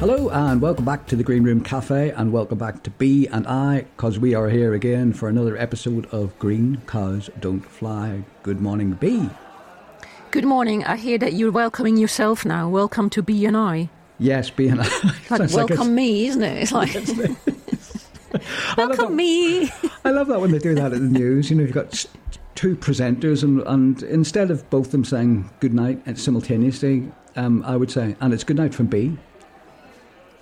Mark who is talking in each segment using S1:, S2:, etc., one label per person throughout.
S1: and welcome back to the Green Room Cafe, and welcome back to B and I, because we are here again for another episode of Green Cows Don't Fly. Good morning, B.
S2: Good morning. I hear that you're welcoming yourself now. Welcome to B and I.
S1: Yes, B and I.
S2: It's like
S1: Sounds like
S2: welcome
S1: it's-
S2: me, isn't it? It's like
S1: I love
S2: welcome
S1: that-
S2: me.
S1: I love that when they do that at the news. You know, you've got s- two presenters, and, and instead of both them saying good night uh, simultaneously, um, I would say, and it's good night from B.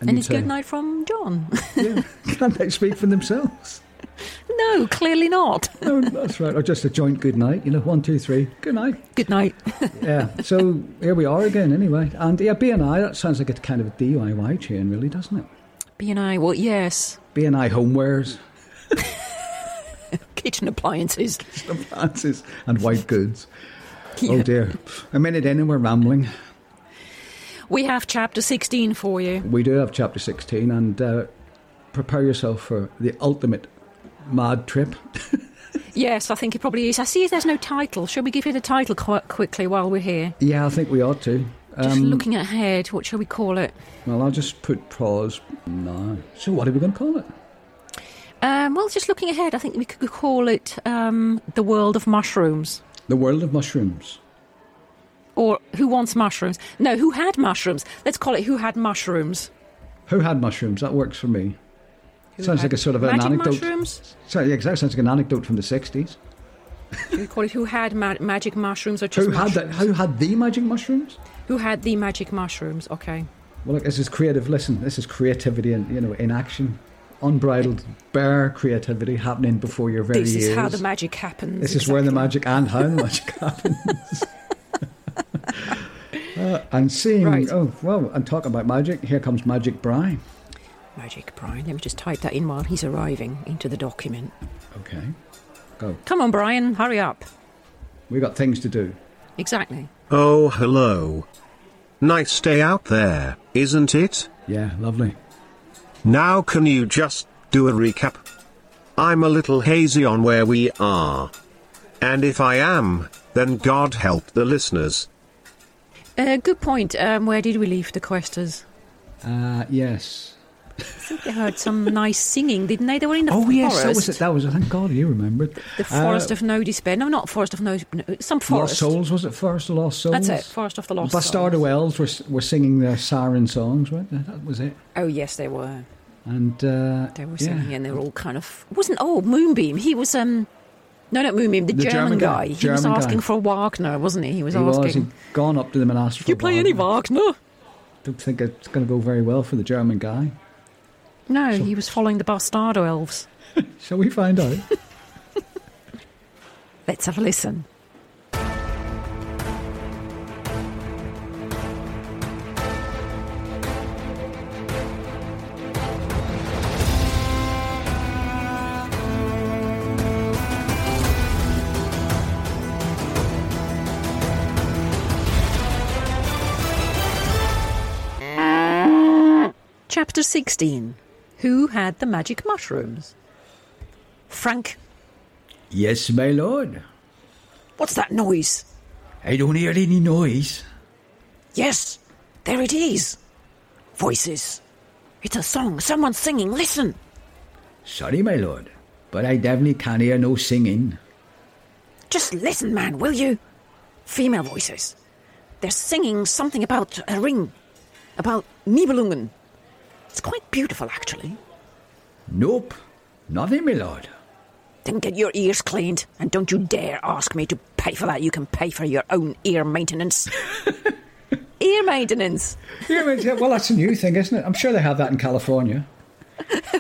S2: And
S1: you'd
S2: it's
S1: say,
S2: good night from John.
S1: Yeah, can they speak for themselves?
S2: no, clearly not.
S1: No, that's right. Or just a joint good night. You know, one, two, three, good night.
S2: Good night.
S1: Yeah. So here we are again, anyway. And yeah, BNI. That sounds like a kind of a DIY chain, really, doesn't it?
S2: B and I. Well, yes.
S1: BNI homewares,
S2: Kitchen appliances.
S1: appliances, and white goods.
S2: Yeah.
S1: Oh dear. A minute in, and we're rambling.
S2: We have chapter sixteen for you.
S1: We do have chapter 16, and uh, prepare yourself for the ultimate mad trip.
S2: Yes, I think it probably is. I see there's no title. Shall we give it a title quite quickly while we're here?
S1: Yeah, I think we ought to.
S2: Just
S1: Um,
S2: looking ahead. What shall we call it?
S1: well, I'll just put pause now. So, what are we going to call it?
S2: Um, well, just looking ahead, I think we could call it um, the world of mushrooms.
S1: The World of Mushrooms.
S2: or who wants mushrooms? No, who had mushrooms? Let's call it who had mushrooms.
S1: Who had mushrooms? That works for me. sounds
S2: had
S1: like a sort of an
S2: magic
S1: anecdote.
S2: mushrooms.
S1: So, yeah, exactly. Sounds like an anecdote from the 60s.
S2: Should we call it who had ma- magic mushrooms or just
S1: Who had, the,
S2: mushrooms?
S1: who had the magic mushrooms?
S2: Who had the magic mushrooms? Okay.
S1: Well, look, this is creative. Listen, this is creativity and, you know, in action. Unbridled, bare creativity happening before your very
S2: this
S1: ears.
S2: is how the magic happens.
S1: This is where the
S2: exactly.
S1: magic and how the magic happens. uh, and seeing,
S2: Right.
S1: oh, well, and talking about magic, here comes Magic Bry.
S2: magic, Brian. Let me just type that in while he's arriving into the document.
S1: Okay. Go.
S2: Come on, Brian, hurry up.
S1: we got things to do.
S2: Exactly.
S3: Oh, hello. Nice day out there, isn't it?
S1: Yeah, lovely.
S3: Now, can you just do a recap? I'm a little hazy on where we are. And if I am, then God help the listeners.
S2: Uh, good point. Um, where did we leave the questers?
S1: Uh, yes.
S2: I think they heard some nice singing, didn't they? They were in the
S1: oh,
S2: forest.
S1: yes, that was it. That was it. Thank God you remembered. Uh,
S2: The Forest of No Despair. No, not Forest of No. no some
S1: Lost
S2: forest.
S1: Souls, was it? Forest of Lost Souls?
S2: That's it, Forest of the Lost
S1: Bastarda
S2: Souls.
S1: Wells were, s- were singing their siren songs, right? That that was it.
S2: Oh yes, they were.
S1: And uh,
S2: They were
S1: yeah.
S2: singing, and they were all kind of wasn't. Oh, Moonbeam. He was um, no, not Moonbeam. The, German, guy. He was
S1: German guy.
S2: asking for Wagner, wasn't he? He was
S1: He was.
S2: asking.
S1: He'd gone up to them and asked for
S2: Did you play any
S1: Wagner.
S2: Wagner?
S1: Don't think it's going to go very well for the German guy.
S2: No, he was following the Bastardo elves.
S1: Shall we find out?
S2: Let's have a listen. Chapter 16 Who Had the Magic Mushrooms? Frank,
S1: yes, my lord.
S2: what's that noise?
S1: I don't hear any noise.
S2: Yes, there it is. Voices. It's a song. Someone's singing. Listen.
S1: Sorry, my lord, but I definitely can't hear no singing.
S2: Just listen, man, will you? Female voices. They're singing something about a ring, about Nibelungen. It's quite beautiful, actually.
S1: Nope, nothing, my lord.
S2: Then get your ears cleaned, and don't you dare ask me to pay for that. You can pay for your own ear maintenance. ear maintenance,
S1: well, that's a new thing, isn't it? I'm sure they have that in California.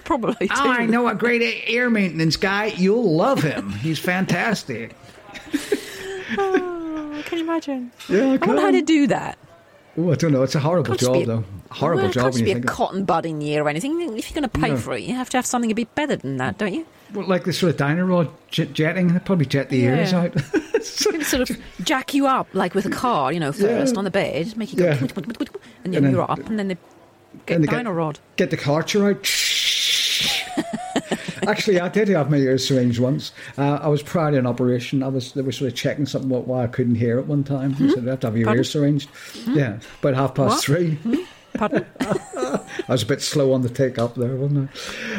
S2: probably.
S1: Oh, I know a great a- air maintenance guy. You'll love him. He's fantastic.
S2: Can you imagine?
S1: Yeah,
S2: I wonder how to do that.
S1: Oh, I don't know. It's a horrible
S2: Can't just be
S1: job,
S2: a-
S1: though. Horrible
S2: well, it
S1: job
S2: Can't
S1: when
S2: just
S1: you
S2: be
S1: think.
S2: a
S1: of-
S2: cotton budding year or anything. If you're going to pay
S1: No.
S2: for it, you have to have something a bit better than that, don't you?
S1: Well, like the sort of diner rod jet- jetting, they probably jet the ears
S2: Yeah.
S1: out.
S2: It would sort of jack you up, like with a car, you know, first
S1: Yeah.
S2: on the bed, make you go,
S1: Yeah.
S2: and
S1: And
S2: then
S1: then-
S2: you're up, and then they get
S1: And they
S2: dino rod.
S1: Get the carter out. Actually, I did have my ears syringed once. Uh, I was prior to an operation. I was they were sort of checking something about why I couldn't hear at one time.
S2: Hmm. Hmm.
S1: They said you have to have your ears syringed. Yeah, about half past
S2: What?
S1: three.
S2: Pardon?
S1: I was a bit slow on the take up there, wasn't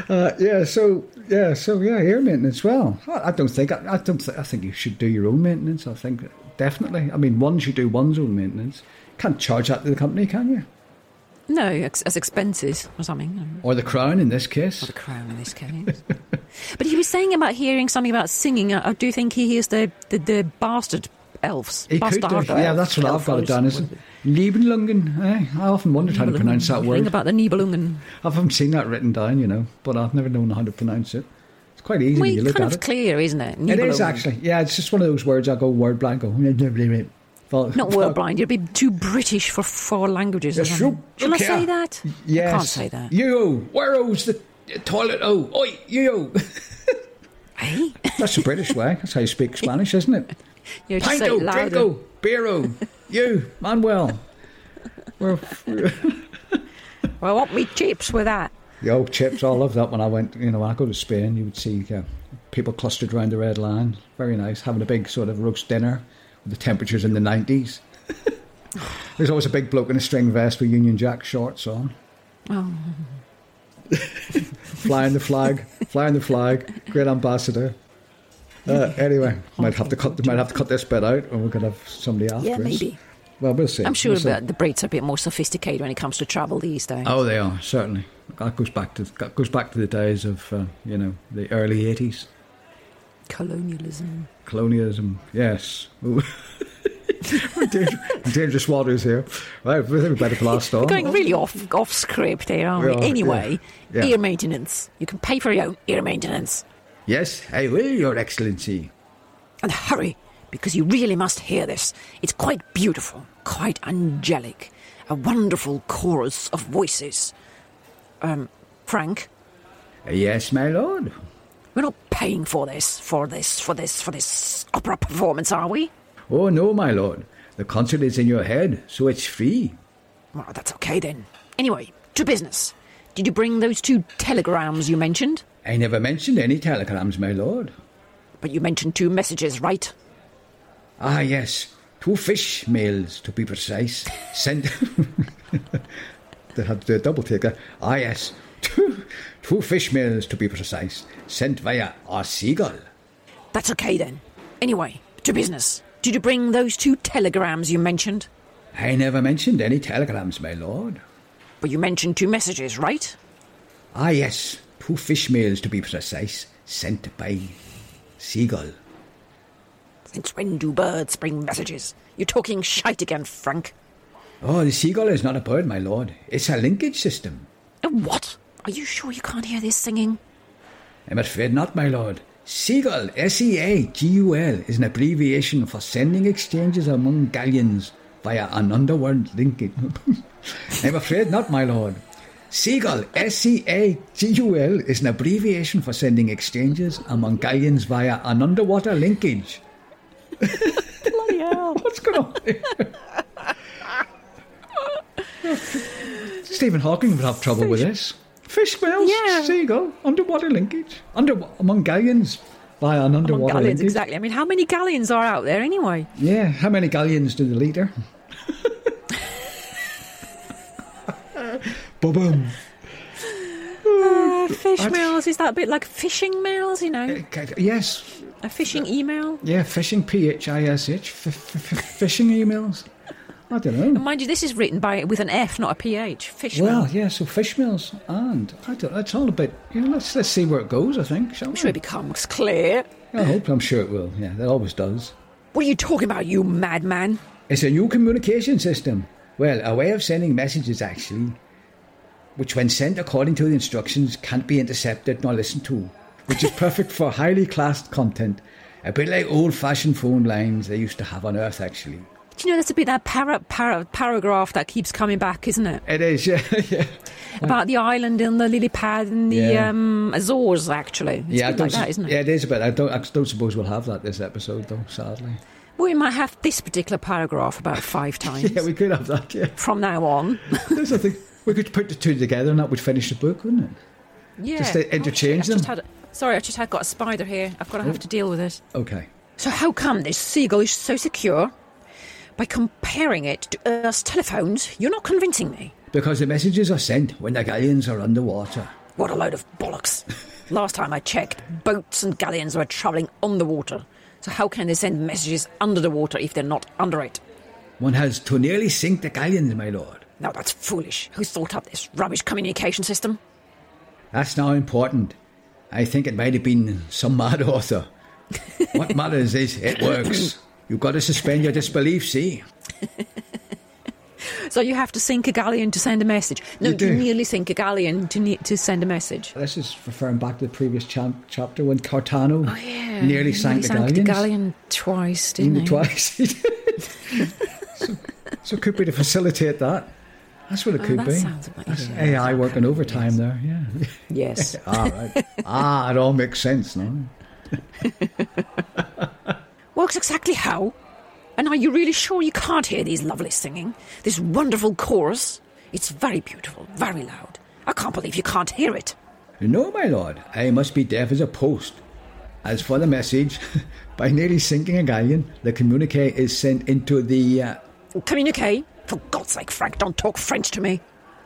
S1: I? Uh, yeah, so yeah, so yeah, air maintenance. Well, I I don't think I, I don't. Th- I think you should do your own maintenance. I think definitely. I mean, one should do one's own maintenance. Can't charge that to the company, can you?
S2: No, ex- as expenses or something.
S1: Or the crown in this
S2: Or
S1: case.
S2: the crown in this case. but he was saying about hearing something about singing. I, I do think he hears the, the, the bastard elves.
S1: He could
S2: bastard
S1: do. Yeah, that's what I've got it down, isn't it? Liebenlungen. Eh? I often wondered how to pronounce that
S2: Thing
S1: word.
S2: about the Nibelungen.
S1: I haven't seen that written down, you know, but I've never known how to pronounce it. It's quite easy
S2: Well,
S1: when you
S2: it's
S1: look
S2: kind
S1: at
S2: of
S1: it.
S2: clear, isn't it?
S1: It is
S2: Nibelungen.
S1: actually. Yeah, it's just one of those words I go word blank. Go. Thought-
S2: Not world blind. You'd be too British for four languages. or
S1: Yes,
S2: something.
S1: you-
S2: Shall I
S1: okay.
S2: say that?
S1: Yes.
S2: I can't say that.
S1: You, where oh's the toilet? Oh, oi, you.
S2: Eh?
S1: That's the British way. That's how you speak Spanish, isn't it?
S2: You just say it
S1: Pinto,
S2: louder.
S1: Drinko, Biro, you, Manuel. Well,
S2: Well, I want me chips with that.
S1: the old chips. I love that when I went. You know, when I go to Spain, you would see uh, people clustered around the red line. Very nice, having a big sort of roast dinner with the temperatures in the nineties. There's always a big bloke in a string vest with Union Jack shorts on.
S2: Oh,
S1: flying the flag, flying the flag. Great ambassador. Uh, anyway, might have to cut. Might have to cut this bit out, and we're gonna have somebody after
S2: Yeah,
S1: us.
S2: maybe.
S1: Well, we'll see.
S2: I'm sure
S1: We'll see.
S2: that the Brits are a bit more sophisticated when it comes to travel these days.
S1: Oh, they are certainly. That goes back to that goes back to the days of uh, you know the early eighties
S2: Colonialism.
S1: colonialism. Yes, Ooh. we're danger- dangerous waters here. Right, we think we better blast on.
S2: Going really off off script here, aren't we?
S1: We are,
S2: anyway,
S1: Oh, yeah, yeah.
S2: ear maintenance. You can pay for your own ear maintenance.
S1: Yes, I will, Your Excellency.
S2: And hurry, because you really must hear this. It's quite beautiful, quite angelic. A wonderful chorus of voices. Um, Frank,
S1: Yes, my lord.
S2: we're not paying for this, for this, for this, for this opera performance, are we?
S1: Oh no, my lord. The concert is in your head, so it's free.
S2: Well, that's okay then. Anyway, to business. Did you bring those two telegrams you mentioned?
S1: I never mentioned any telegrams, my lord.
S2: But you mentioned two messages, right?
S1: Ah, yes. Two fish mails, to be precise. Sent. they had to do a double take there. Ah, yes. Two, two fish mails, to be precise. Sent via our seagull.
S2: That's okay then. Anyway, to business. Did you bring those two telegrams you mentioned?
S1: I never mentioned any telegrams, my lord.
S2: But you mentioned two messages, right?
S1: Ah, yes. Two fish mails, to be precise. Sent by seagull.
S2: Since when do birds bring messages? You're talking shite again, Frank.
S1: Oh, the seagull is not a bird, my lord. It's a linkage system.
S2: Uh, What? Are you sure you can't hear this singing?
S1: I'm afraid not, my lord. Seagull, S E A G U L, is an abbreviation for sending exchanges among galleons via an underworld linkage. I'm afraid not, my lord. Seagull, S E A G U L, is an abbreviation for sending exchanges among galleons via an underwater linkage.
S2: Bloody hell.
S1: What's going on here? Stephen Hawking would have trouble with this. Fish smells,
S2: Yeah.
S1: seagull, underwater linkage, under among galleons by an
S2: Among
S1: underwater
S2: galleons,
S1: linkage.
S2: exactly. I mean, how many galleons are out there anyway?
S1: Yeah, how many galleons do the leader? Boom.
S2: Uh, fish mails, is that a bit like fishing mails, you know?
S1: Yes,
S2: A fishing email?
S1: yeah, fishing, P H I S H, f- f- f- fishing emails. I don't know.
S2: Mind you, this is written by with an F, not a PH. Fish
S1: Well,
S2: mail.
S1: yeah, so fish mills and I don't. It's all a bit. You know, let's let's see where it goes. I think. Shall
S2: I'm sure it becomes clear.
S1: I hope. I'm sure it will. Yeah, that always does.
S2: What are you talking about, you madman?
S1: It's a new communication system. Well, a way of sending messages actually, which when sent according to the instructions can't be intercepted nor listened to, which is perfect for highly classed content. A bit like old-fashioned phone lines they used to have on Earth, actually.
S2: Do you know that's a bit that para- para- paragraph that keeps coming back, isn't it?
S1: It is, yeah, yeah.
S2: About the island and the lily pad and the
S1: Hmm. Yeah.
S2: um, Azores, actually. It's
S1: yeah,
S2: a
S1: I
S2: bit
S1: don't
S2: like that,
S1: s-
S2: isn't it?
S1: Yeah, it is, but I don't, I don't suppose we'll have that this episode, though. Sadly,
S2: We might have this particular paragraph about five times
S1: yeah, we could have that. Yeah.
S2: from now on.
S1: There's nothing. We could put the two together and that would finish the book, wouldn't it?
S2: yeah. Oh,
S1: Just, uh, interchange
S2: I've just
S1: them. Oh.
S2: had a- sorry, I've just had, got a spider here. I've got to have to deal with it.
S1: Okay.
S2: So, how come this seagull is so secure? By comparing it to Earth's telephones, you're not convincing me.
S1: because the messages are sent when the galleons are underwater.
S2: What a load of bollocks. Last time I checked, boats and galleons were travelling on the water. So how can they send messages under the water if they're not under it?
S1: One has to nearly sink the galleons, my lord.
S2: Now that's foolish. Who thought up this rubbish communication system?
S1: That's not important. I think it might have been some mad author. what matters is it works. You've got to suspend your disbelief, see?
S2: So you have to sink a galleon to send a message. No,
S1: You
S2: you,
S1: do.
S2: nearly sink a galleon to ne- to send a message.
S1: This is referring back to the previous cha- chapter when Cartano nearly
S2: Nearly
S1: sank the
S2: Oh, sank
S1: galleons.
S2: the galleon twice, didn't
S1: Even
S2: he?
S1: twice. he did. so, so it could be to facilitate that. That's what it could
S2: Oh, that
S1: be.
S2: sounds about-
S1: That's
S2: yeah,
S1: AI
S2: that
S1: working
S2: probably
S1: overtime
S2: is.
S1: there, yeah.
S2: Yes.
S1: All right. ah, it all makes sense now.
S2: Works exactly how? And are you really sure you can't hear these lovely singing? This wonderful chorus? It's very beautiful, very loud. I can't believe you can't hear it.
S1: No, my lord, I must be deaf as a post. As for the message, by nearly sinking a galleon, the communique is sent into the. Uh,
S2: Communique. For God's sake, Frank, don't talk French to me.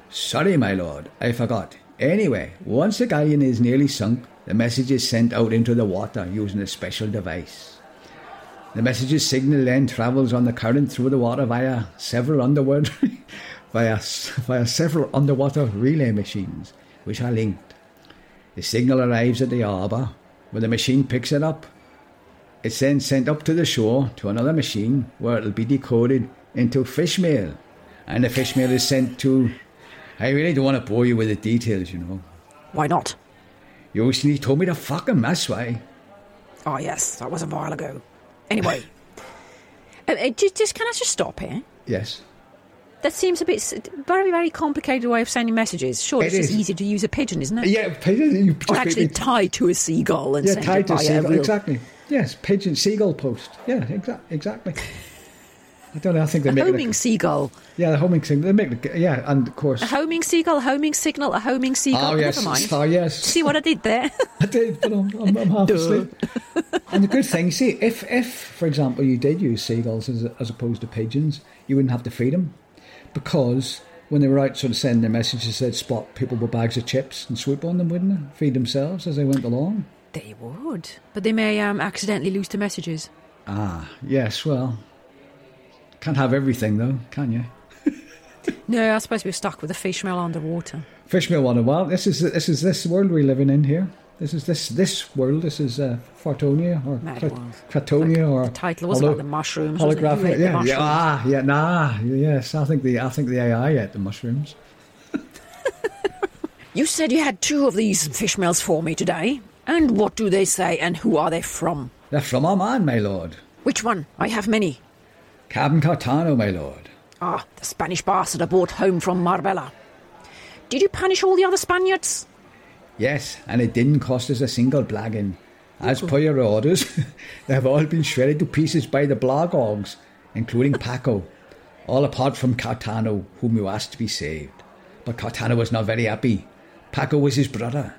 S1: sorry, my lord, I forgot. Anyway, once the galleon is nearly sunk, the message is sent out into the water using a special device. The message's signal then travels on the current through the water via several underwater, via, s- via several underwater relay machines, which are linked. The signal arrives at the harbour, where the machine picks it up. It's then sent up to the shore to another machine, where it'll be decoded into fish meal, and the fish meal is sent to. I really don't want to bore you with the details, you know.
S2: Why not?
S1: You recently told me to fuck him, that's why.
S2: Oh, yes, that was a while ago. Anyway. uh, uh, ju- just, can I just stop here?
S1: Yes.
S2: That seems a bit s- very, very complicated way of sending messages. Sure,
S1: It
S2: it's just
S1: is.
S2: easier to use a pigeon, isn't it?
S1: Yeah, pigeon. You
S2: Or
S1: just
S2: Oh, actually
S1: made me-
S2: tied to a seagull and
S1: yeah,
S2: send
S1: tied
S2: it
S1: to
S2: by a
S1: seagull.
S2: real-
S1: Exactly. Yes, pigeon seagull post. Yeah, exa- exactly. I don't know. I think they're
S2: a
S1: making.
S2: homing
S1: A,
S2: seagull.
S1: yeah, the homing thing. They're making. a- Yeah, and of course.
S2: A homing seagull, a homing signal, a homing seagull.
S1: Oh yes.
S2: Never mind.
S1: Oh yes.
S2: See what I did there?
S1: I did, but I'm, I'm, I'm half asleep. and the good thing, see, if, if for example, you did use seagulls as, as opposed to pigeons, you wouldn't have to feed them because when they were out sort of sending their messages, they'd spot people with bags of chips and swoop on them, wouldn't they? Feed themselves as they went along.
S2: they would. But they may um, accidentally lose the messages.
S1: Ah, yes, well, can't have everything though, can you?
S2: No, I suppose we're stuck with a fish meal underwater.
S1: Fishmeal one a while. This is this is this world we're living in here. This is this this world. This is uh, Fartonia or
S2: Mad
S1: Crat-
S2: world.
S1: Cratonia or
S2: The title was
S1: holo-
S2: about the mushrooms. wasn't it? You ate
S1: holographic.
S2: the
S1: Yeah,
S2: mushrooms.
S1: yeah, ah, yeah, nah, yes. I think the I think the AI ate the mushrooms.
S2: You said you had two of these fish meals for me today. And what do they say and who are they from?
S1: They're from Oman, my lord.
S2: Which one? I have many.
S1: Cabin Cartano, my lord.
S2: Ah, the Spanish bastard I brought home from Marbella. Did you punish all the other Spaniards?
S1: Yes, and it didn't cost us a single blagging. As per your orders, they have all been shredded to pieces by the blagogs, including Paco, all apart from Cartano, whom you asked to be saved. But Cartano was not very happy. Paco was his brother.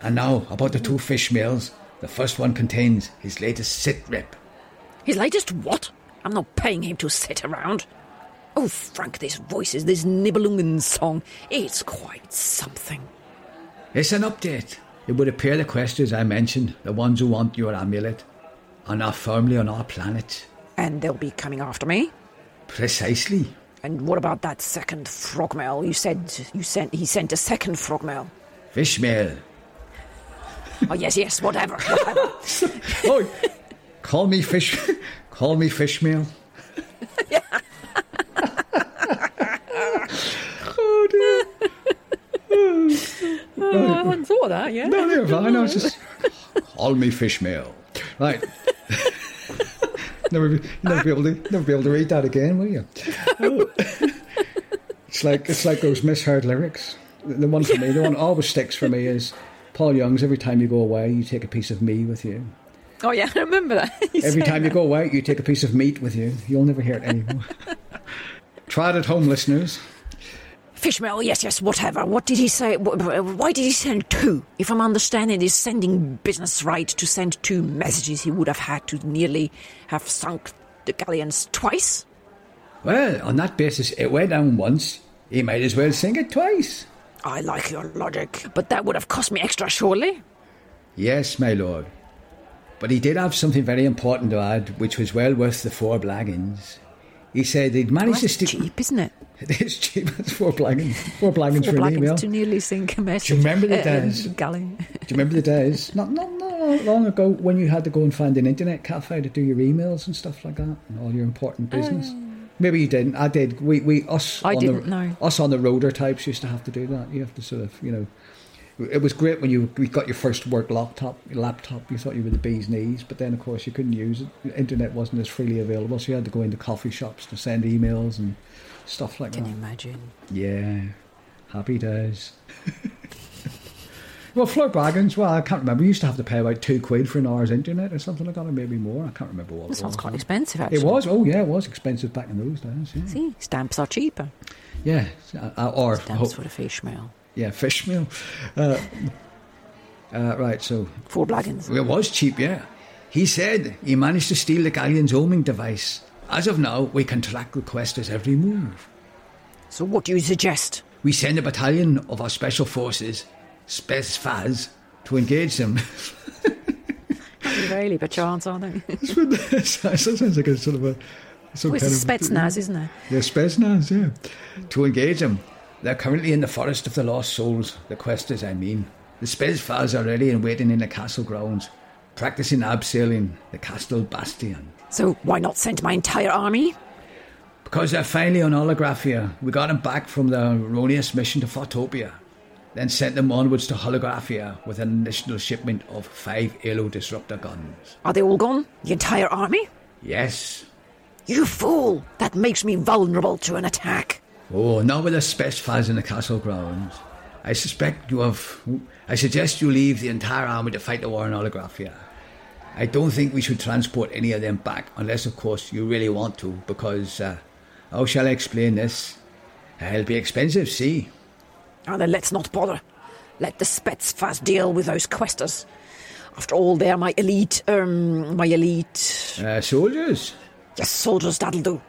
S1: And now, about the two fish meals, the first one contains his latest sit rep.
S2: His latest what? I'm not paying him to sit around. Oh, Frank, these voices, this Nibelungen song, it's quite something.
S1: It's an update. It would appear the questions I mentioned, the ones who want your amulet, are now firmly on our planet.
S2: And they'll be coming after me.
S1: Precisely.
S2: And what about that second frogmail? You said you sent he sent a second frogmail.
S1: Fishmail.
S2: Oh yes, yes, whatever, whatever.
S1: Oh, call me fish. Call me fishmail. oh dear.
S2: I hadn't thought of that, yeah.
S1: No, they're fine. I was just call me fishmail. Right. never, be, never be able to, never be able to read that again, will you? Oh. it's like it's like those misheard lyrics. The, the one for me, the one always sticks for me is Paul Young's. Every time you go away, you take a piece of me with you.
S2: Oh yeah, I remember that. He
S1: Every
S2: said
S1: time you
S2: that.
S1: go away, you take a piece of meat with you. You'll never hear it anymore. Try it at home, listeners.
S2: Fishmail, oh, yes, yes, whatever. What did he say? Wh- wh- Why did he send two? If I'm understanding, he's sending business right to send two messages. He would have had to nearly have sunk the galleons twice.
S1: Well, on that basis, it went down once, He might as well sing it twice.
S2: I like your logic, but that would have cost me extra, surely?
S1: Yes, my lord. But he did have something very important to add, which was well worth the four blaggins. He said he'd managed to
S2: Well, that's
S1: stick.
S2: cheap, isn't it?
S1: it's cheap. It's four blaggins. Four blaggins
S2: Four
S1: for an email.
S2: blaggins to nearly sink a message.
S1: remember the
S2: uh,
S1: days?
S2: Gallon.
S1: Do you remember the days? Not, not not long ago when you had to go and find an internet cafe to do your emails and stuff like that and all your important business. Maybe you didn't. I did. We we us
S2: Oh. I
S1: on
S2: didn't,
S1: the
S2: no.
S1: us on the roader types used to have to do that. You have to sort of you know. It was great when you we got your first work laptop. Laptop, you thought you were the bee's knees, but then of course you couldn't use it. The internet wasn't as freely available, so you had to go into coffee shops to send emails and stuff like
S2: Can
S1: that.
S2: you imagine?
S1: Yeah, happy days. well, Fleur Baggins, well, I can't remember. We used to have to pay about two quid for an hour's internet or something like that, or maybe more. I can't remember what
S2: That
S1: it was.
S2: sounds quite expensive, actually.
S1: It was, oh yeah, it was expensive back in those days. Yeah,
S2: See, stamps are cheaper.
S1: yeah. uh, or
S2: Stamps
S1: ho-
S2: for the fish mail.
S1: yeah, fish meal. Uh, uh, right, so
S2: Four blaggins.
S1: it was cheap, yeah. He said he managed to steal the galleon's homing device. As of now, we can track the questers every move.
S2: So what do you suggest?
S1: We send a battalion of our special forces, Spetsnaz, to engage them.
S2: Really, but chance, aren't they?
S1: that sounds like a sort of a. Some
S2: Well, it's a Spetsnaz, isn't it?
S1: Yeah, Spetsnaz, yeah. To engage them. They're currently in the forest of the lost souls, the questers, I mean. The Spetsnaz are ready and waiting in the castle grounds, practicing abseiling the castle bastion.
S2: So why not send my entire army?
S1: Because they're finally on holographia. We got them back from the erroneous mission to Photopia, then sent them onwards to holographia with an additional shipment of five Halo disruptor guns.
S2: Are they all gone? The entire army?
S1: Yes.
S2: You fool! That makes me vulnerable to an attack.
S1: Oh, now with the Spetsnaz in the castle grounds. I suspect you have. I suggest you leave the entire army to fight the war on holographia. I don't think we should transport any of them back, unless, of course, you really want to, because. Uh, how shall I explain this? It'll be expensive, see?
S2: Ah, then let's not bother. Let the Spetsnaz deal with those questers. After all, they're my elite, um, my elite.
S1: Uh, soldiers?
S2: Yes, soldiers, that'll do.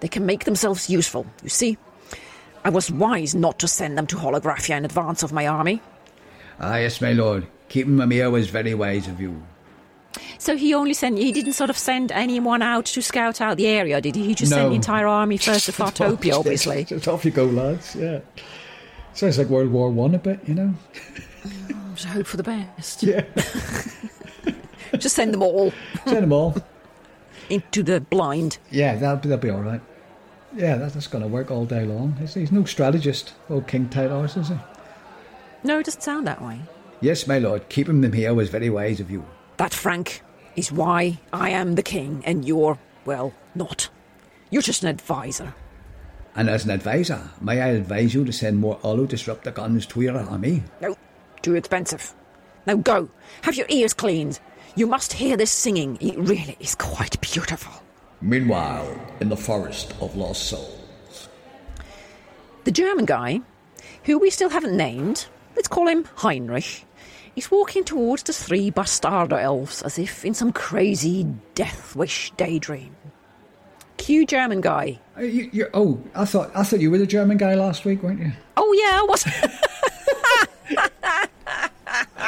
S2: They can make themselves useful, you see. I was wise not to send them to Holographia in advance of my army.
S1: Ah, yes, my lord. Keeping them here was very wise of you.
S4: So he only sent. He didn't sort of send anyone out to scout out the area, did he? He just
S1: No.
S4: sent the entire army first to Fartopia, obviously.
S1: Just off you go, lads. Yeah. Sounds like World War One a bit, you know?
S4: Just hope for the best.
S1: Yeah.
S2: Just send them all
S1: Send them all.
S2: into the blind.
S1: Yeah, that'll be, that'll be all right. Yeah, that, that's going to work all day long. He's, he's no strategist, old King Tight Horse, is he?
S4: No, it doesn't sound that way.
S1: Yes, my lord. Keeping them here was very wise of you.
S2: That, Frank, is why I am the king and you're, well, not. You're just an advisor.
S1: And as an advisor, may I advise you to send more hollow disruptor guns to your army?
S2: No, too expensive. Now go, have your ears cleaned. You must hear this singing. It really is quite beautiful.
S1: Meanwhile, in the forest of lost souls.
S2: The German guy, who we still haven't named, let's call him Heinrich, is walking towards the three bastardo elves as if in some crazy death wish daydream. Cue German guy.
S1: Uh, You, you're, oh, I thought I thought you were the German guy last week, weren't you?
S2: Oh yeah, I was.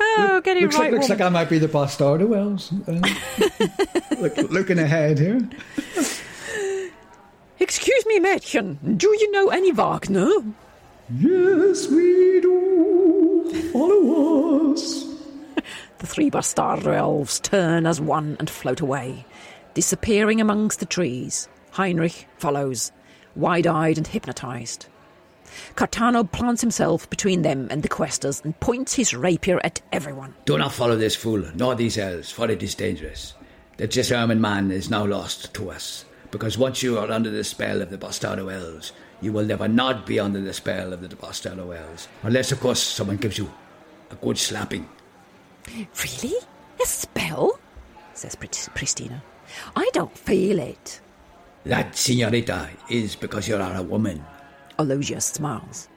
S4: Oh, get it
S1: Looks,
S4: right.
S1: like, looks
S4: woman.
S1: like I might be the bastardo elves. Um, look, looking ahead here.
S2: Excuse me, Mädchen. Do you know any Wagner?
S1: Yes, we do. Follow us.
S2: The three bastardo elves turn as one and float away, disappearing amongst the trees. Heinrich follows, wide eyed and hypnotized. Cartano plants himself between them and the questers and points his rapier at everyone.
S1: Do not follow this fool, nor these elves, for it is dangerous. The disarming man is now lost to us, because once you are under the spell of the bastardo elves, you will never not be under the spell of the bastardo elves, unless, of course, someone gives you a good slapping.
S2: Really? A spell? says Pris- Pristina. I don't feel it.
S1: That, senorita, is because you are a woman.
S2: Ologia smiles.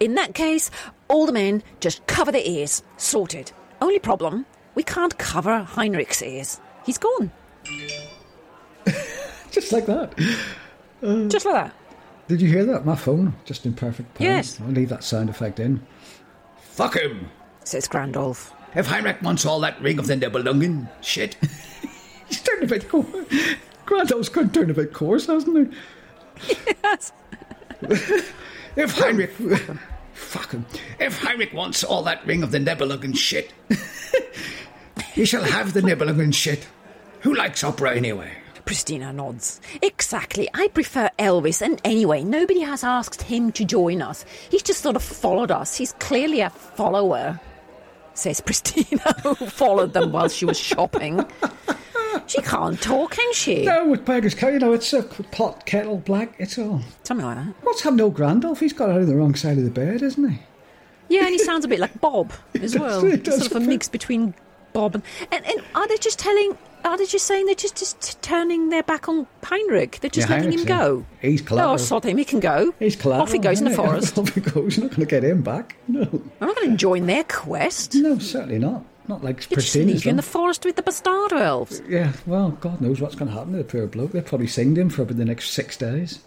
S2: In that case, all the men just cover their ears. Sorted. Only problem, we can't cover Heinrich's ears. He's gone.
S1: Just like that.
S2: Just like that.
S1: Did you hear that? My phone, just in perfect time.
S2: Yes.
S1: I'll leave that sound effect in. Fuck him!
S5: says Grandolph.
S1: If Heinrich wants all that ring of the Nibelungen, shit. He's turned a bit coarse. Grandos could turn a bit coarse, hasn't he? Yes. if Heinrich. Fuck him. If Heinrich wants all that ring of the Nibelungen shit, he shall have the Nibelungen shit. Who likes opera anyway?
S5: Pristina nods.
S2: Exactly. I prefer Elvis. And anyway, nobody has asked him to join us. He's just sort of followed us. He's clearly a follower,
S5: Says Pristina.
S2: who followed them while she was shopping. She can't talk, can she?
S1: No, with Beggar's Cow, you know, it's a pot, kettle, black, it's all.
S5: Something like that.
S1: What's happened to old Grandolph? He's got out of the wrong side of the bed, isn't he?
S2: Yeah, and he sounds a bit like Bob as
S1: does-
S2: well.
S1: he
S2: It's
S1: does
S2: sort of a
S1: a bit.
S2: mix between Bob and, and and are they just telling? Are they just saying they're just just turning their back on Heinrich? They're just
S1: Yeah,
S2: letting him
S1: Heinrich's in.
S2: go.
S1: He's
S2: Oh,
S1: clever.
S2: sod him! He can go.
S1: He's clever.
S2: Off he goes in the
S1: isn't he?
S2: forest.
S1: Off he goes. You're not going to get him back. No,
S2: I'm not going to join their quest.
S1: no, certainly not. Not like
S2: They just leave
S1: Pristina's
S2: you in
S1: done.
S2: the forest with the bastardo elves.
S1: Yeah, well, God knows what's going to happen to the poor bloke. They'll probably sing to him for about the next six days.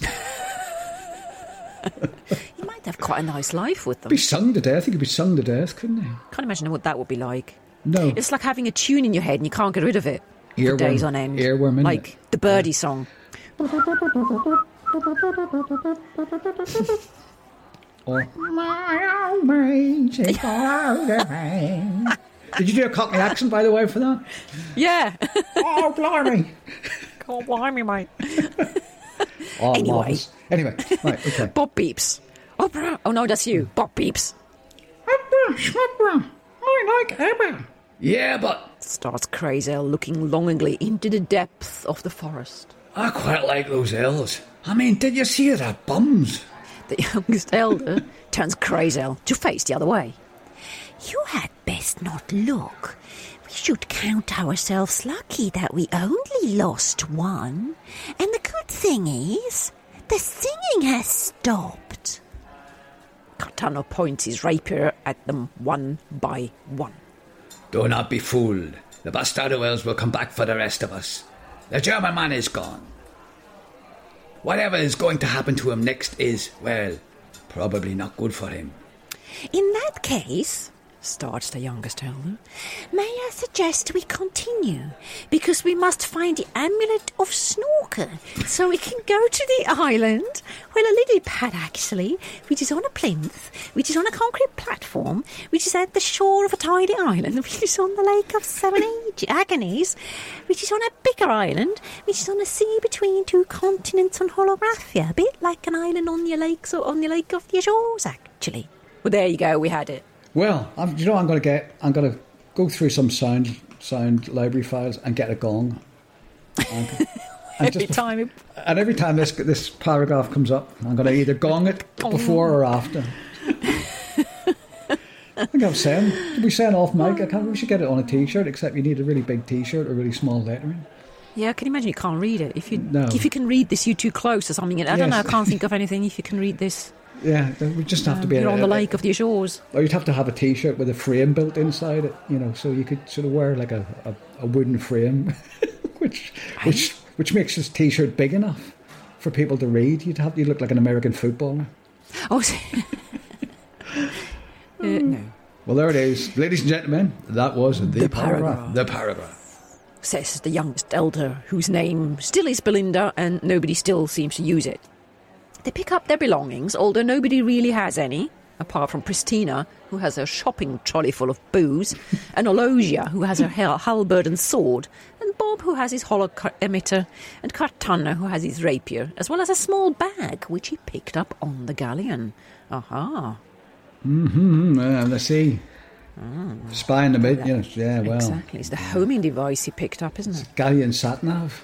S2: You might have quite a nice life with them.
S1: Be sung to death. He could be sung to death, couldn't he?
S2: Can't imagine what that would be like.
S1: No.
S2: It's like having a tune in your head and you can't get rid of it for
S1: Earworm.
S2: days on end.
S1: Earworm, isn't
S2: like
S1: it?
S2: the birdie song.
S1: Or, my almighty God of mine. Did you do a Cockney accent, by the way, for that?
S2: Yeah.
S1: Oh, blimey.
S2: oh, blimey, mate.
S1: Oh,
S2: Anyway.
S1: marvellous. Anyway, right, okay.
S2: Bob beeps. Opera. Oh no, that's you. Bob beeps.
S1: I like Abba. Yeah, but
S2: Starts Crazel looking longingly into the depth of the forest.
S1: I quite like those elves. I mean, did you see their bums?
S2: The youngest elder turns Crazel to face the other way. You had best not look. We should count ourselves lucky that we only lost one. And the good thing is, the singing has stopped. Cartano points his rapier at them one by one.
S1: Do not be fooled. The bastardo elves will come back for the rest of us. The German man is gone. Whatever is going to happen to him next is, well, probably not good for him.
S6: In that case,
S5: Starts the youngest elder.
S6: may I suggest we continue? Because we must find the amulet of Snorker so we can go to the island. Well, a lily pad actually, which is on a plinth, which is on a concrete platform, which is at the shore of a tiny island, which is on the Lake of Seven Ag- Agonies, which is on a bigger island, which is on a sea between two continents on Holographia, a bit like an island on the lakes or on the Lake of the Azores, actually.
S2: Well, there you go, we had it.
S1: Well, I'm, you know, what I'm going to get. I'm going to go through some sound sound library files and get a gong. And, and
S2: Every
S1: just-
S2: time. it-
S1: and every time this this paragraph comes up, I'm going to either gong it before or after. I think I'm saying. Did we saying off mic? I can't, we should get it on a T-shirt. Except you need a really big T-shirt or really small lettering.
S2: Yeah, I can imagine you can't read it. If you
S1: No.
S2: if you can read this, you're too close or something. I don't know. I
S1: Yes.
S2: can't think of anything. If you can read this,
S1: Yeah, we just have to be.
S2: you're on
S1: a-
S2: the lake of the Azores.
S1: Or you'd have to have a T-shirt with a frame built inside it, you know, so you could sort of wear like a, a, a wooden frame, which which which makes this T-shirt big enough for people to read. You'd have you look like an American footballer.
S2: Oh, s- Uh, no.
S1: Well, there it is, ladies and gentlemen. That was the,
S2: paragraph.
S1: The paragraph.
S2: Says the youngest elder, whose name still is Belinda, and nobody still seems to use it. They pick up their belongings, although nobody really has any, apart from Pristina, who has her shopping trolley full of booze, and Ologia, who has her hal- halberd and sword, and Bob, who has his hollow car- emitter, and Cartana, who has his rapier, as well as a small bag, which he picked up on the galleon. Aha.
S1: Hmm, uh, let's see. Spy in the mid, you know, yeah, well,
S2: Ah. Exactly. It's the homing device he picked up, isn't it?
S1: galleon sat nav,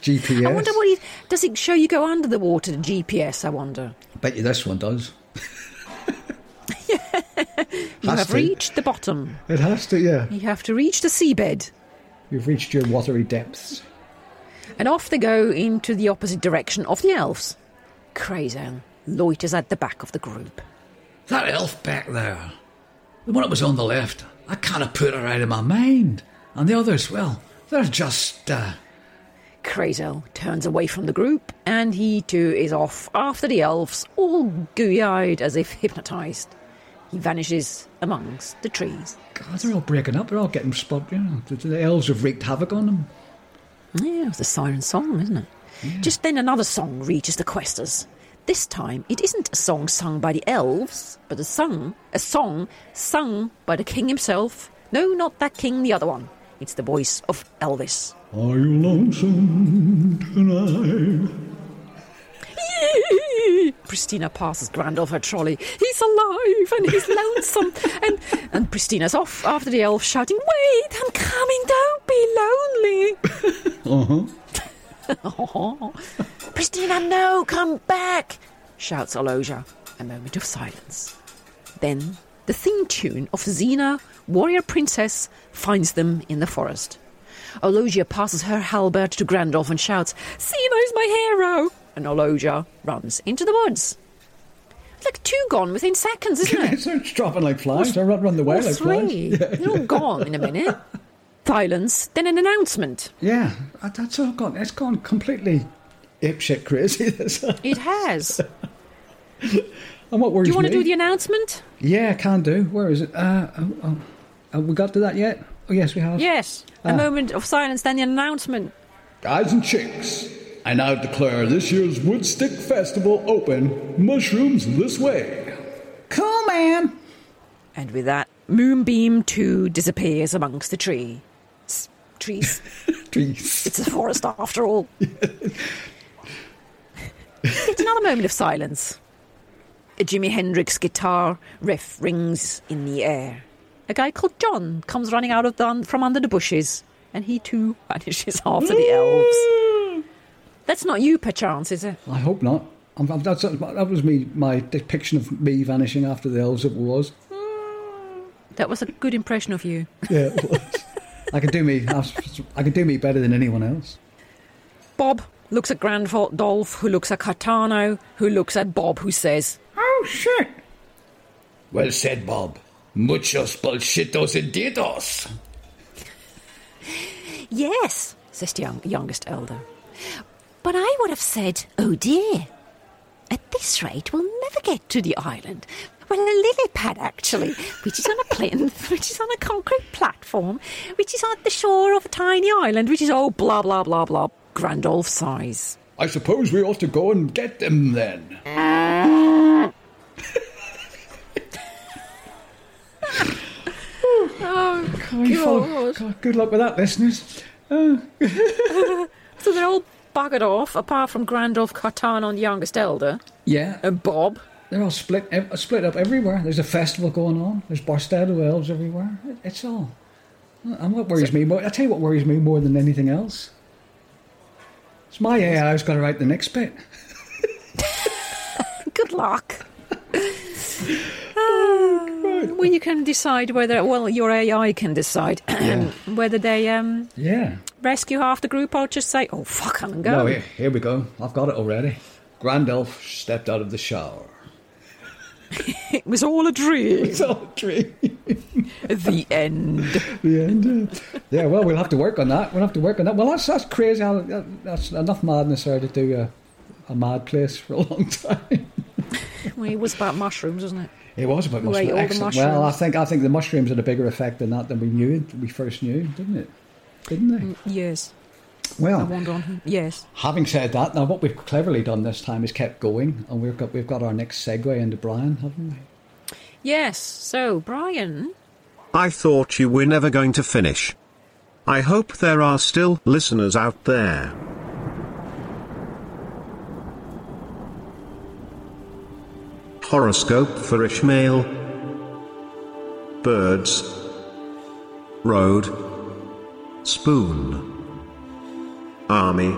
S1: GPS.
S2: I wonder what he does. It show you go under the water. The GPS. I wonder.
S1: Bet you this one does.
S2: You
S1: Has
S2: have
S1: to.
S2: reached the bottom.
S1: It has to, yeah.
S2: You have to reach the seabed,
S1: You've reached your watery depths.
S2: and off they go into the opposite direction of the elves. Crazel loiters at the back of the group.
S1: That elf back there, the one that was on the left, I can't have put her out of my mind. And the others, well, they're just, uh,
S2: Krazel turns away from the group, and he too is off after the elves, all gooey eyed as if hypnotised. He vanishes amongst the trees.
S1: God, they're all breaking up. They're all getting spot. You know, the, the elves have wreaked havoc on them.
S2: Yeah, it's a siren song, isn't it? Just then, another song reaches the questers. This time, it isn't a song sung by the elves, but a song, a song sung by the king himself. No, not that king, the other one. It's the voice of Elvis.
S1: Are you lonesome tonight?
S2: Pristina passes Grandolph her trolley. He's alive and he's lonesome. and and Pristina's off after the elf, shouting, "Wait, I'm coming! Don't be lonely!" Pristina, no, come back! shouts Aloja. A moment of silence. Then the theme tune of Xena, warrior princess, finds them in the forest. Ologia passes her halberd to Grandolph and shouts, Xeno's my hero! And Ologia runs into the woods. It's like two gone within seconds, isn't it?
S1: they're dropping like flies. They're run, run the way
S2: All
S1: like
S2: three.
S1: flies.
S2: They're all gone in a minute. Silence, then an announcement.
S1: Yeah, that- that's all gone. It's gone completely apeshit crazy. this. and
S2: It has.
S1: what worries
S2: Do you want to
S1: me-
S2: do the announcement?
S1: Yeah, can do. Where is it? Uh, oh, oh. Have we got to that yet? Oh, yes, we have.
S2: Yes. A moment of silence, then the announcement.
S1: Guys and chicks, I now declare this year's Woodstick Festival open. Mushrooms this way. Cool, man.
S2: And with that, Moonbeam 2 disappears amongst the tree. S- trees.
S1: Trees.
S2: It's a forest after all. Yet another moment of silence. A Jimi Hendrix guitar riff rings in the air. A guy called John comes running out of the, from under the bushes, and he too vanishes after the elves. That's not you, perchance, is it?
S1: I hope not. I'm, I'm, that's, that was me, my depiction of me vanishing after the elves. It was.
S2: That was a good impression of you.
S1: Yeah, it was. I can do me. I can do me better than anyone else.
S2: Bob looks at Grandolph, who looks at Cartano, who looks at Bob, who says,
S1: Oh shit!
S5: Well said, Bob. Muchos bolsitos inditos.
S7: Yes,
S2: says the young, youngest elder.
S7: but I would have said, oh dear. At this rate, we'll never get to the island. Well, a lily pad, actually, which is on a plinth, which is on a concrete platform,
S2: which is on the shore of a tiny island, which is
S7: oh,
S2: all blah blah blah blah. Grandolph sighs.
S5: I suppose we ought to go and get them then.
S1: God, good luck with that, listeners.
S2: So they're all buggered off, apart from Grandolph Cartano and the youngest elder,
S1: Yeah, um,
S2: and Bob.
S1: they're all split, ev- split up everywhere. There's a festival going on. There's Barstado elves everywhere. It- It's all. And what worries me more, I tell you what worries me more than anything else. It's my AI who's got to write the next bit.
S2: Good luck. Ah, well, you can decide whether, well, your AI can decide whether they um,
S1: Yeah.
S2: rescue half the group or just say, oh, fuck 'em and go.
S1: No, here, here we go. I've got it already. Grand Elf stepped out of the shower.
S2: It was all a dream.
S1: It's all a dream.
S2: the end.
S1: the end. yeah. Yeah, well, we'll have to work on that. We'll have to work on that. Well, that's that's crazy. How, that, that's enough madness there to do a, a mad place for a long time.
S2: Well, it was about mushrooms, wasn't it?
S1: It was about
S2: Wait, all the
S1: Well, I
S2: mushrooms.
S1: think I think the mushrooms had a bigger effect than that than we knew we first knew, didn't it? Didn't they?
S2: Yes. Mm. I
S1: Well,
S2: wonder on who. Yes.
S1: having said that, now what we've cleverly done this time is kept going, and we've got we've got our next segue into Brian, haven't we?
S2: Yes. So, Brian,
S3: I thought you were never going to finish. I hope there are still listeners out there. Horoscope for Ishmael. Birds. Road. Spoon. Army.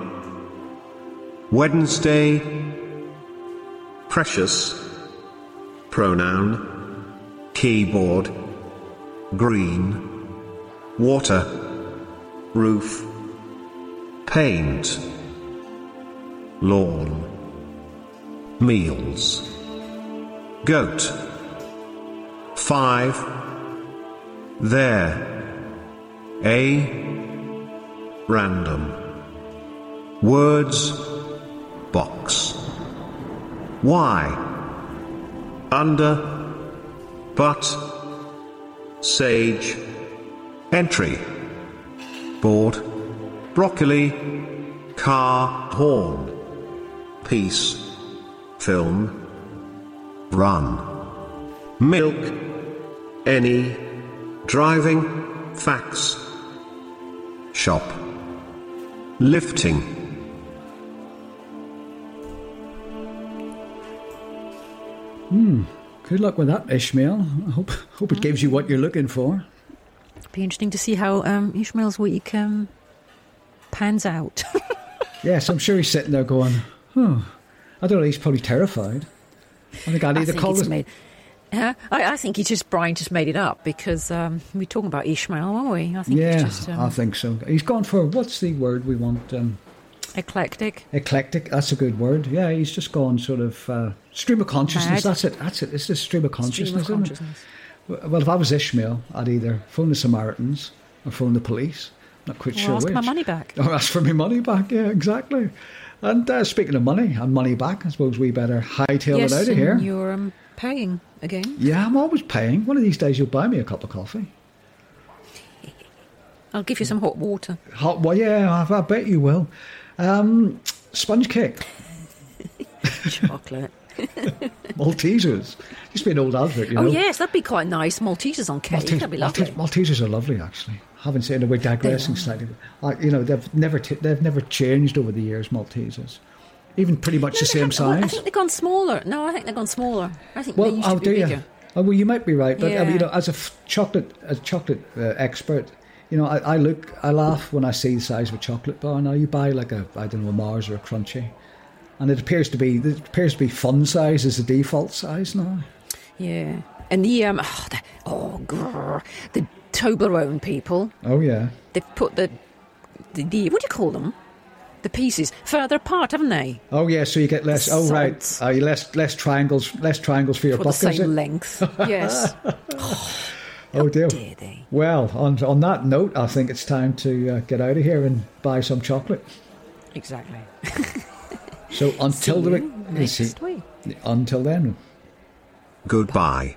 S3: Wednesday. Precious. Pronoun. Keyboard green, water, roof, paint, lawn, meals, goat, five, there, a, random, Words. Box. Why? Under. But. Sage. Entry. Board. Broccoli. Car. Horn. Piece. Film. Run. Milk. Any. Driving. Fax. Shop. Lifting.
S1: Good luck with that, Ishmael. I hope hope
S2: Mm.
S1: it gives you what you're looking for.
S2: Be interesting to see how um, Ishmael's week um, pans out.
S1: Yes, I'm sure he's sitting there going, "Huh." I don't know. He's probably terrified. I think I'd
S2: I
S1: either
S2: think
S1: call
S2: it's
S1: this.
S2: made. Huh? I, I think he just Brian just made it up because um, we were talking about Ishmael, weren't we? I think
S1: Yeah,
S2: it's just um,
S1: I think so. He's gone for what's the word we want? Um,
S2: eclectic.
S1: eclectic. That's a good word. Yeah, he's just gone sort of uh, stream of consciousness.
S2: Mad.
S1: That's it. That's it. It's just stream of consciousness.
S2: Stream of
S1: isn't it?
S2: consciousness.
S1: W- Well, if I was Ishmael, I'd either phone the Samaritans or phone the police. Not quite
S2: Or
S1: sure
S2: ask
S1: which.
S2: my money back.
S1: Or ask for my money back. Yeah, exactly. And uh, speaking of money and money back, I suppose we better hightail
S2: yes,
S1: it out of
S2: and
S1: here.
S2: you're um, paying again.
S1: Yeah, I'm always paying. One of these days, you'll buy me a cup of coffee.
S2: I'll give you some hot water.
S1: Hot, well, yeah, I, I bet you will. Um, sponge cake,
S2: Chocolate.
S1: Maltesers. Used to be an old advert, you
S2: oh
S1: know.
S2: yes, that'd be quite nice. Maltesers on cake.
S1: Maltese-
S2: that'd be
S1: Maltese-
S2: lovely.
S1: Maltesers are lovely, actually. Having said that, we're digressing slightly. I, you know, they've never t- they've never changed over the years. Maltesers, even pretty much the
S2: No, they
S1: same
S2: haven't- well, I
S1: size.
S2: think they've gone smaller. No, I think they've gone smaller. I think they
S1: well,
S2: used
S1: oh
S2: to be
S1: dear.
S2: bigger.
S1: Oh, well, you might be right, but I mean, you
S2: Yeah.
S1: know, as a f- chocolate as a chocolate uh, expert, you know, I, I look, I laugh when I see the size of a chocolate bar. Now you buy like a, I don't know, a Mars or a Crunchy, and it appears to be it appears to be fun size is the default size now.
S2: Yeah. And the um oh, the, oh grr, the Toblerone people.
S1: Oh yeah,
S2: They've put the, the the what do you call them? The pieces further apart, haven't they?
S1: oh yeah. So you get less. Oh right,
S2: Salts.
S1: uh, you less less triangles, less triangles for your
S2: For
S1: buck.
S2: the
S1: is
S2: same
S1: it?
S2: length. yes.
S1: Oh dear.
S2: Dare they?
S1: Well, on on that note, I think it's time to uh, get out of here and buy some chocolate.
S2: Exactly.
S1: So until the
S2: See you next week.
S1: until then.
S3: Goodbye.